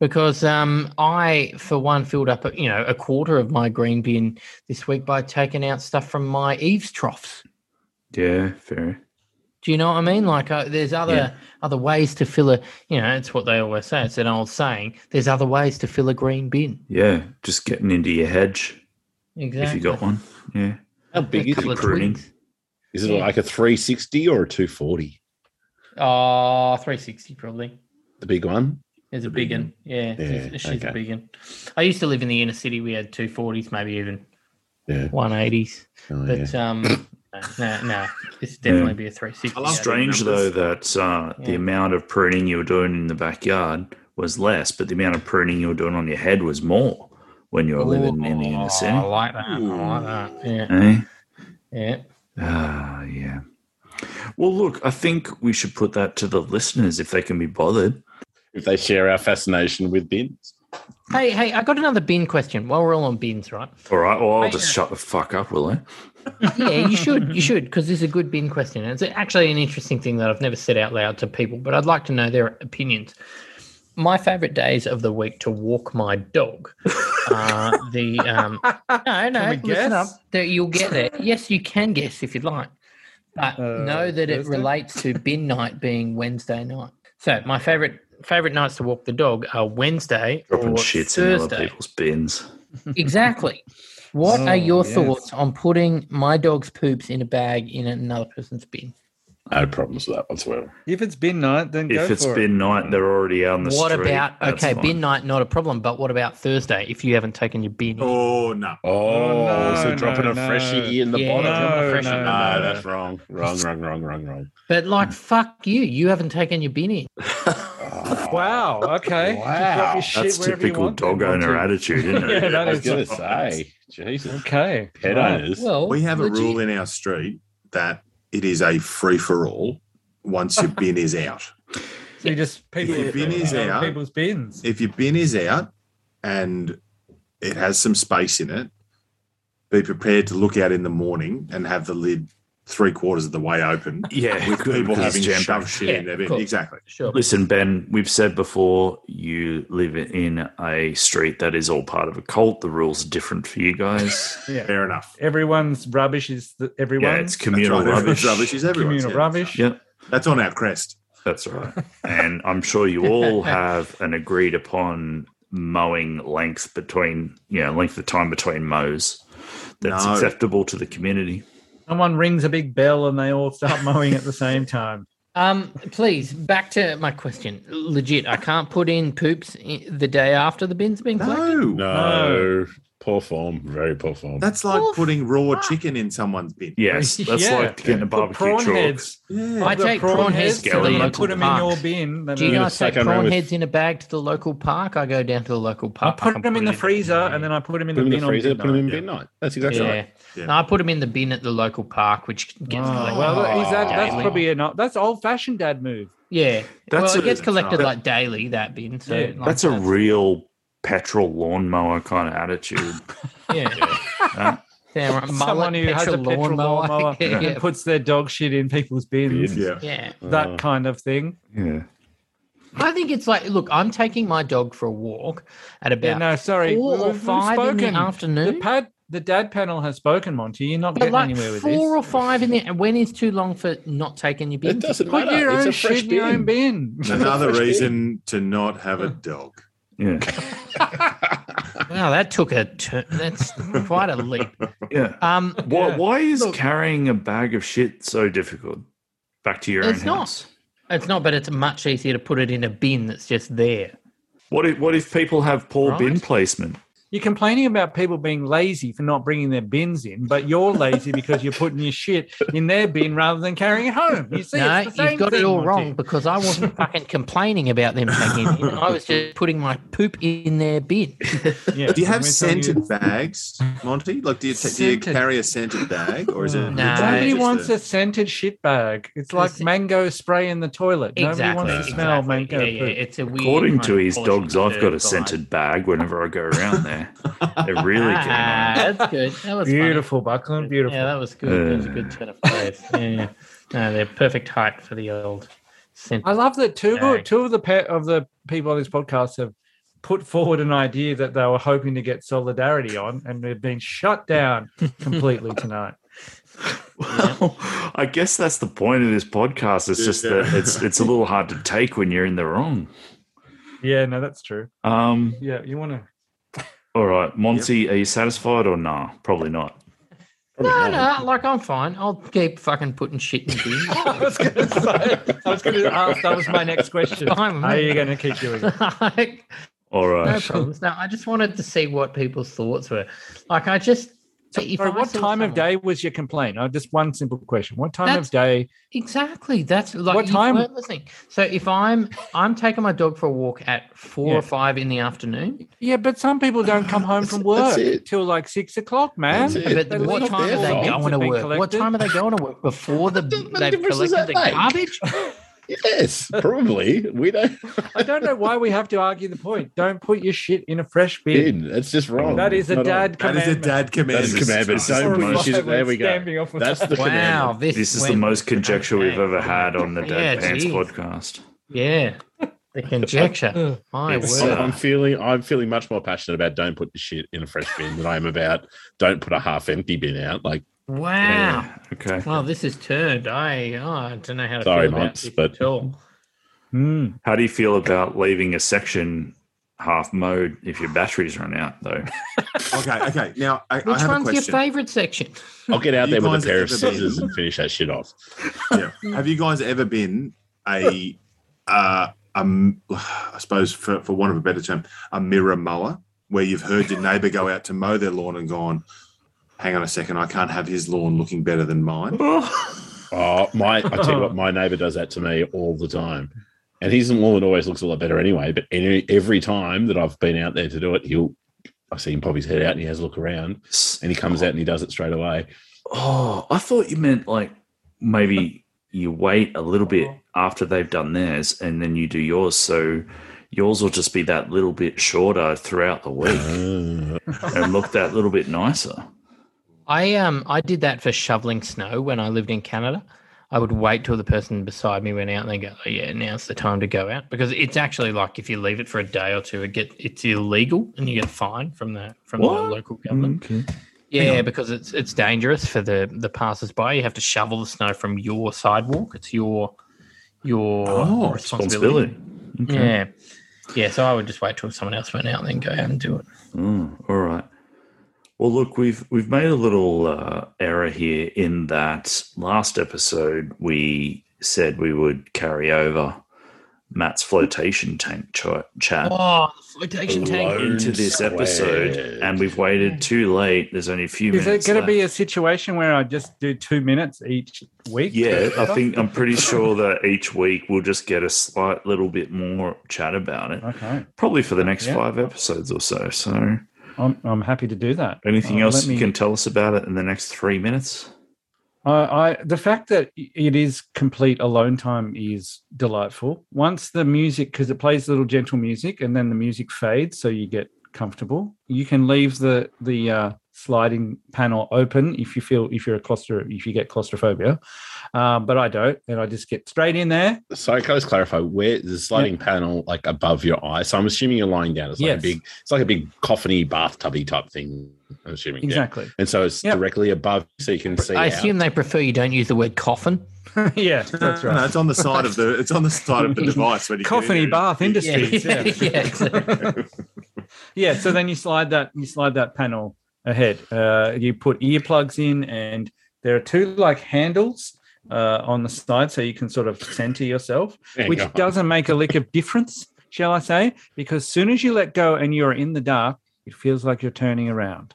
Because um, I, for one, filled up you know a quarter of my green bin this week by taking out stuff from my eaves troughs. yeah, fair. Do you know what I mean? Like, uh, there's other Yeah. other ways to fill a. You know, it's what they always say. It's an old saying. There's other ways to fill a green bin. Yeah, just getting into your hedge if Exactly. you got one. Yeah. How A big is couple it? of pruning? twigs. Is it yeah. like a 360 or a 240? Oh, 360 probably. The big one? There's a big big one. Yeah, Yeah, she's- she's okay. a big one. I used to live in the inner city. We had 240s, maybe even Yeah. 180s. Oh, yeah. But um, no, no, it's definitely be a 360. I love Strange though numbers. that uh, the Yeah. amount of pruning you were doing in the backyard was less, but the amount of pruning you were doing on your head was more when you were living in the inner Oh, I Hmm. city. like that. I like that. Eh? Yeah, yeah. Ah, yeah. Well, look, I think we should put that to the listeners if they can be bothered. If they share our fascination with bins. Hey, hey, I got another bin question. While we're all on bins, right? All right. Well, I'll Right, just yeah. shut the fuck up, will I? Yeah, you should, you should, because this is a good bin question. And It's actually an interesting thing that I've never said out loud to people, but I'd like to know their opinions. My favorite days of the week to walk my dog. Uh, the um, no, no, we listen guess? up. There, you'll get it. Yes, you can guess if you'd like, but Uh, know that it Thursday? relates to bin night being Wednesday night. So my favorite favorite nights to walk the dog are Wednesday Dropping or shits in other Thursday. people's bins. Exactly. What Oh, are your yes. thoughts on putting my dog's poops in a bag in another person's bin? No problems with that whatsoever. If it's bin night, then If go it's for bin night, they're already out on the What street. about That's okay, fine. bin night not a problem, but what about Thursday if you haven't taken your bin? Oh no. Oh, no, so no, dropping a no. freshie in the Yeah, bottom. I'm a No, fresh- no, No, that's wrong. Wrong, wrong, wrong, wrong, wrong. But like fuck you, you haven't taken your bin in. Oh, Wow. Okay. Just drop your shit That's wherever you typical want dog then, owner onto- attitude, isn't Yeah, it? that I was is. going to say, Jesus, Okay. pet Right. owners. Well, We have a legit. rule in our street that it is a free for all once your bin is out. So you just people If your bin is other out- people's bins. If your bin is out and it has some space in it, be prepared to look out in the morning and have the lid three quarters of the way open Yeah, with good, people because having it's jam-packed. shoved shit in Yeah, their bin. cool. Exactly. Sure. Listen, Ben, we've said before you live in a street that is all part of a cult. The rules are different for you guys. Yeah. Fair enough. Everyone's rubbish is the, yeah, everyone's it's communal That's right. rubbish. Rubbish is everyone's. communal yeah. rubbish. Yep, That's on our crest. that's right. and I'm sure you all have an agreed upon mowing length between, you know, length of time between mows that's No. acceptable to the community. Someone rings a big bell and they all start mowing at the same time. Um, please back to my question. Legit, I can't put in poops i the day after the bin's been No. collected. No, poor form. Very poor form. That's like Well, putting raw chicken in someone's bin. Yes, that's Yeah. like getting a The barbecue prawn chalk. heads. Yeah. I The take prawn, heads to go the in and you my local put them in park. your bin. then Do you I- gonna guys take suck on prawn with- heads in a bag to the local park? I go down to the local I park. put them in the freezer and then I put them in put the them bin. in the freezer. on Put them in midnight. bin night. That's exactly yeah. right. Yeah. No, I put them in the bin at the local park, which gets Oh, collected. well, is that, that's daily. probably an that's old fashioned dad move. yeah. That's well, a- it gets collected that- like daily. That bin. So Yeah, like, That's a real petrol lawnmower kind of attitude. yeah. Huh? Damn right. Someone Mullet, who has a petrol lawnmower, yeah, and yeah. puts their dog shit in people's bins, Bin. Yeah. yeah. that Uh, kind of thing. yeah. I think it's like, look, I'm taking my dog for a walk at about Yeah, no, sorry, four we- or we've- we've five in the spoken. The afternoon. pad, the dad panel has spoken, Monty. You're not Hmm? but getting like anywhere with this. four or five in the and when is too long for not taking your bin? It doesn't Put matter. your It's own a fresh shit in your own bin. bin. Another reason to not have a dog. Yeah. Wow, that took a turn. That's quite a leap. Yeah. Um, Why, Yeah. why is carrying a bag of shit so difficult? Back to your It's own not. house. It's not, but it's much easier to put it in a bin that's just there. What if, what if people have poor Right. bin placement? You're complaining about people being lazy for not bringing their bins in, but you're lazy because you're putting your shit in their bin rather than carrying it home. You see, no, it's the same you've got it thing, all Monty. wrong because I wasn't fucking complaining about them taking it in. I was just putting my poop in their bin. Yeah, Do we're you have telling scented bags, Monty? Like, do you, ta- do you Scented- carry a scented bag, or is it? No. Nobody just wants a- a scented shit bag. It's like It's- mango spray in the toilet. Nobody exactly. wants to smell exactly. mango yeah, poop. yeah, it's a weird According to kind of his polish dogs, I've got a insert guy. scented bag whenever I go around there. They're really getting on. it. Ah, that's good. That was funny. Beautiful, Buckland. Beautiful. Uh, Yeah, that was good. That was a good turn of phrase. Yeah, yeah. No, they're perfect height for the old scent. I love that two Bag. good, two of the pe- of the people on this podcast have put forward an idea that they were hoping to get solidarity on, and they've been shut down completely tonight. Well, I guess that's the point of this podcast. It's just that Yeah. it's it's a little hard to take when you're in the wrong. Yeah, no, that's true. Um, Yeah, you want to. all right, Monty, are you satisfied or nah? Probably not. No, no, like I'm fine. I'll keep fucking putting shit in the bin. I was going to say. I was going to ask. That was my next question. How Fine with are me. you going to keep doing it? Like, All no right. problems. No, I just wanted to see what people's thoughts were. Like, I just. if Sorry, I what saw time of someone- day was your complaint? Oh, just one simple question. What time That's- of day? Exactly. That's like What you time- weren't listening. So if I'm I'm taking my dog for a walk at four Yeah. or five in the afternoon, Yeah, but some people don't come home That's- from that's work it. till like six o'clock, man. That's it. but But what it's time their are they fault. going to Being work? What collected. time are they going to work before the, What they've difference does collected the that make? garbage? Yes, probably. We don't I don't know why we have to argue the point. Don't put your shit in a fresh bin. bin. That's just wrong. That is a Not on. dad That commandment. is a dad command. That's a commandment. It's Don't the put your most- shit- there we go. Standing off with That's the Wow, commandment. this, This is the went- most conjecture we've Okay. ever had on the Dead Yeah, Pants geez. podcast. Yeah, the conjecture. My It's, word. uh, I'm feeling I'm feeling much more passionate about don't put the shit in a fresh bin than I am about don't put a half empty bin out. Like wow. Yeah, Okay. Well, this is turned. I oh, I don't know how to Sorry, feel about Mats, this but- at all. Hmm. How do you feel about leaving a section half mode if your batteries run out, though? Okay, okay. Now I, I Which have a one's your question. favourite section? I'll get out You there with guys a pair of have ever been- scissors and finish that shit off. Yeah. Have you guys ever been a, uh, um, I suppose for, for want of a better term, a mirror mower, where you've heard your neighbour go out to mow their lawn and gone, hang on a second, I can't have his lawn looking better than mine. Oh my! I tell you what, my neighbour does that to me all the time, and his lawn always looks a lot better anyway. But any, every time that I've been out there to do it, he'll I see him pop his head out and he has a look around, and he comes out and he does it straight away. Oh, I thought you meant like maybe you wait a little bit after they've done theirs and then you do yours. So yours will just be that little bit shorter throughout the week Oh. and look that little bit nicer. I um I did that for shoveling snow when I lived in Canada. I would wait till the person beside me went out and they go, oh, yeah, now's the time to go out because it's actually like if you leave it for a day or two, it get it's illegal and you get fined from the from the What? local government. Yeah, because it's it's dangerous for the the passers-by. You have to shovel the snow from your sidewalk. It's your your Oh, Responsibility. Okay. Yeah, yeah. So I would just wait till someone else went out and then go out and do it. Mm, all right. Well, look, we've we've made a little uh, error here in that last episode we said we would carry over Matt's flotation tank ch- chat. Oh, the flotation tank. Alone into this episode squared. and we've waited too late. There's only a few Is minutes. it going to left. be a situation where I just do two minutes each week? Yeah, I think I'm pretty sure that each week we'll just get a slight little bit more chat about it, Okay, probably for the next Yeah. five episodes or so. So, I'm, I'm happy to do that. anything Uh, else let you me- can tell us about it in the next three minutes? I, I the fact that it is complete alone time is delightful. Once the music, because it plays little gentle music, and then the music fades, so you get comfortable. You can leave the the uh, sliding panel open if you feel if you're a claustro if you get claustrophobia, um, but I don't, and I just get straight in there. Sorry, can I just clarify? Where the sliding panel like above your eye? So I'm assuming you're lying down. It's like Yes. a big, it's like a big coffiny bathtubby type thing. I'm assuming. yeah. Exactly. And so it's Yep. directly above, so you can see. I out. assume they prefer you don't use the word coffin. Yeah, that's No, right. it's on the side of the it's on the side of the device when you get in Coffee there. bath industries. yeah, yeah. yeah, exactly. yeah so then you slide that you slide that panel ahead uh, you put earplugs in and there are two like handles uh, on the side so you can sort of center yourself Hang which on. doesn't make a lick of difference shall i say because soon as you let go and you're in the dark it feels like you're turning around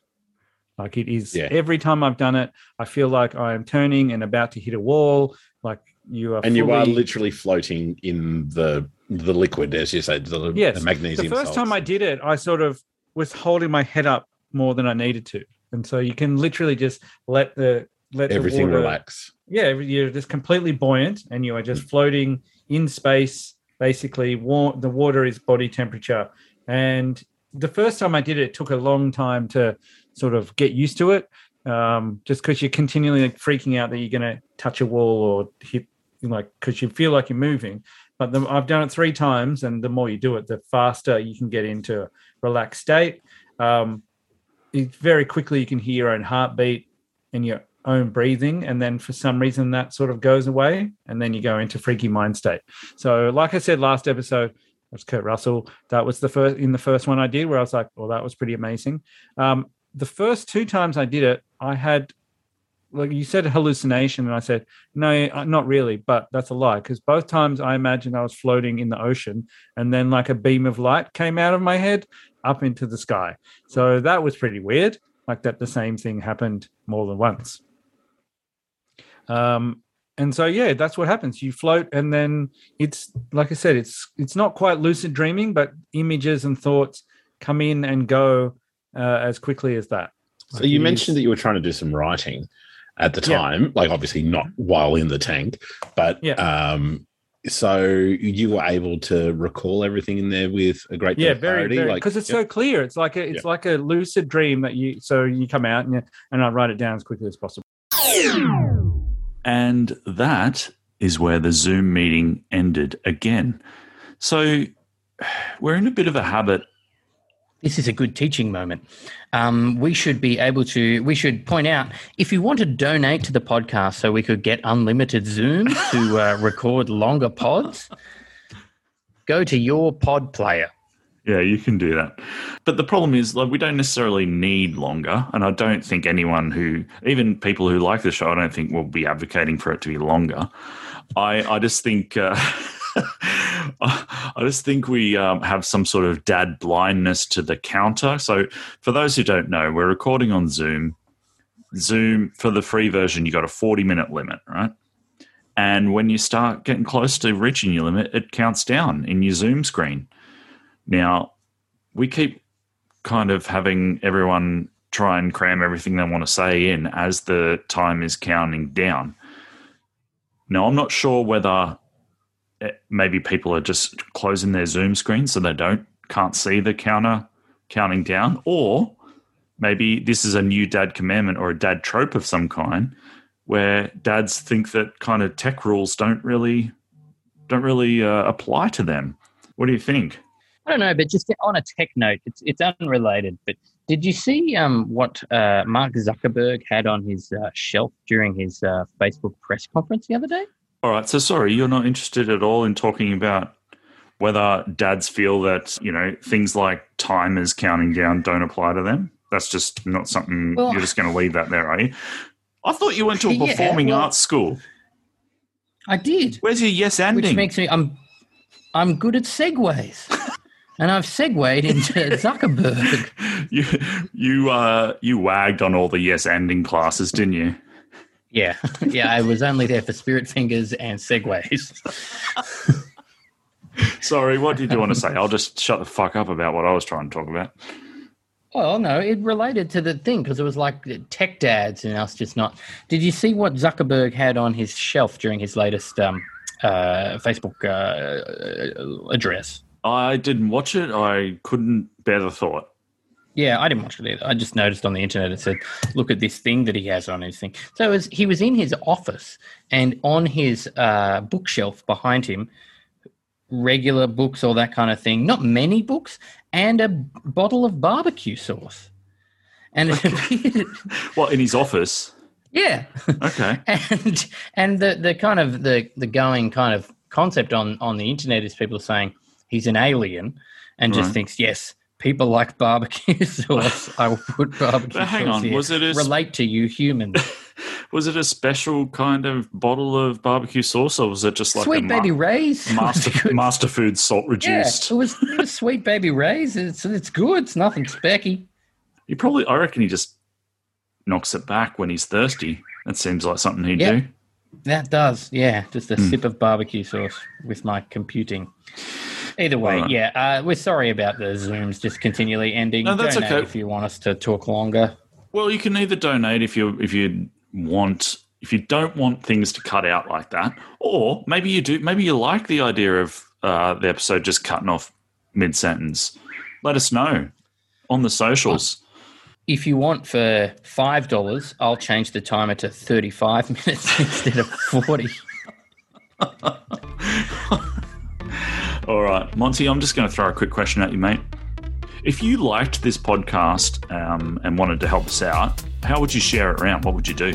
like it is Yeah. every time i've done it i feel like i am turning and about to hit a wall like you are and you are fully- literally floating in the the liquid, as you say, the, Yes. the magnesium. the first salts. time I did it, I sort of was holding my head up more than I needed to, and so you can literally just let the let everything the water, relax. Yeah, you're just completely buoyant, and you are just floating in space. Basically, war- the water is body temperature, and the first time I did it, it took a long time to sort of get used to it, um, just because you're continually like, freaking out that you're going to touch a wall or hit, like, because you feel like you're moving. But the, I've done it three times, and the more you do it, the faster you can get into a relaxed state. Um, it, very quickly, you can hear your own heartbeat, and your own breathing and then for some reason that sort of goes away and then you go into freaky mind state so like i said last episode that's kurt russell that was the first in the first one i did where i was like well that was pretty amazing um, the first two times i did it i had like you said hallucination and i said no uh, not really but that's a lie because both times i imagined i was floating in the ocean and then like a beam of light came out of my head up into the sky so that was pretty weird like that the same thing happened more than once um and so yeah that's what happens you float and then it's like i said it's it's not quite lucid dreaming but images and thoughts come in and go uh, as quickly as that so like you mentioned is, that you were trying to do some writing at the time yeah. like obviously not while in the tank but yeah. um so you were able to recall everything in there with a great yeah very very because like, it's yeah. so clear it's like a it's yeah. like a lucid dream that you so you come out and, you, and i write it down as quickly as possible and that is where the zoom meeting ended again so we're in a bit of a habit this is a good teaching moment. Um, we should be able to, we should point out if you want to donate to the podcast so we could get unlimited Zoom to uh, record longer pods, go to your pod player. Yeah, you can do that. But the problem is, like, we don't necessarily need longer. And I don't think anyone who, even people who like the show, I don't think will be advocating for it to be longer. I, I just think. Uh, I just think we um, have some sort of dad blindness to the counter. So, for those who don't know, we're recording on Zoom. Zoom, for the free version, you got a 40 minute limit, right? And when you start getting close to reaching your limit, it counts down in your Zoom screen. Now, we keep kind of having everyone try and cram everything they want to say in as the time is counting down. Now, I'm not sure whether eh, maybe people are just closing their zoom screen so they don't can't see the counter counting down or maybe this is a new dad commandment or a dad trope of some kind where dads think that kind of tech rules don't really don't really uh, apply to them what do you think i don't know but just on a tech note it's, it's unrelated but did you see um, what uh, mark zuckerberg had on his uh, shelf during his uh, facebook press conference the other day all right. So sorry, you're not interested at all in talking about whether dads feel that, you know, things like timers counting down don't apply to them. That's just not something well, you're just going to leave that there, are you? I thought you went to a performing yeah, well, arts school. I did. Where's your yes ending? Which makes me I'm I'm good at segues. and I've segued into Zuckerberg. you you uh you wagged on all the yes ending classes, didn't you? Yeah, yeah, I was only there for spirit fingers and segways. Sorry, what did you want to say? I'll just shut the fuck up about what I was trying to talk about. Well, no, it related to the thing because it was like tech dads and us just not. Did you see what Zuckerberg had on his shelf during his latest um, uh, Facebook uh, address? I didn't watch it. I couldn't bear the thought. Yeah, I didn't watch it either. I just noticed on the internet it said, "Look at this thing that he has on his thing." So was, he was in his office, and on his uh, bookshelf behind him, regular books, all that kind of thing. Not many books, and a bottle of barbecue sauce. And it appeared. well, in his office. Yeah. Okay. and and the the kind of the the going kind of concept on on the internet is people saying he's an alien, and just right. thinks yes people like barbecue sauce. I will put barbecue but hang sauce on. Here. Was it a, relate to you humans? was it a special kind of bottle of barbecue sauce, or was it just like sweet baby ma- Ray's master master food salt reduced? Yeah, it was, it was sweet baby Ray's. It's it's good. It's nothing specky. He probably, I reckon, he just knocks it back when he's thirsty. That seems like something he'd yeah, do. That does, yeah. Just Hmm. a mm. sip of barbecue sauce with my computing. Either way, right. yeah, uh, we're sorry about the Zooms just continually ending. No, that's donate okay. If you want us to talk longer, well, you can either donate if you if you want if you don't want things to cut out like that, or maybe you do. Maybe you like the idea of uh, the episode just cutting off mid sentence. Let us know on the socials. If you want for five dollars, I'll change the timer to thirty-five minutes instead of forty. All right, Monty, I'm just going to throw a quick question at you, mate. If you liked this podcast um, and wanted to help us out, how would you share it around? What would you do?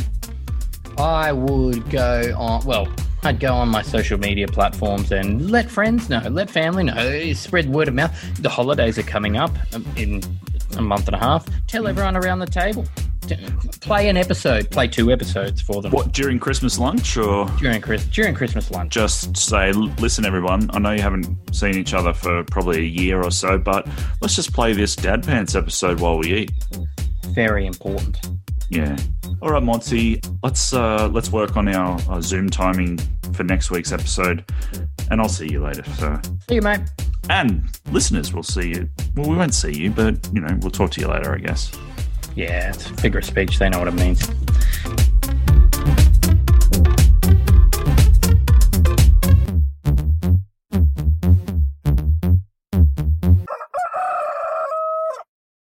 I would go on, well, I'd go on my social media platforms and let friends know, let family know, spread word of mouth. The holidays are coming up um, in a month and a half. Tell everyone around the table. T- Play an episode, play two episodes for them What during Christmas lunch or during Chris during Christmas lunch. just say, listen, everyone, I know you haven't seen each other for probably a year or so, but let's just play this Dad Pants episode while we eat. Very important. Yeah. All right, Monty. Let's uh, let's work on our, our Zoom timing for next week's episode, and I'll see you later. So, See you, mate. and listeners, we'll see you. Well, we won't see you, but you know, we'll talk to you later, I guess. Yeah, it's a figure of speech. They know what it means.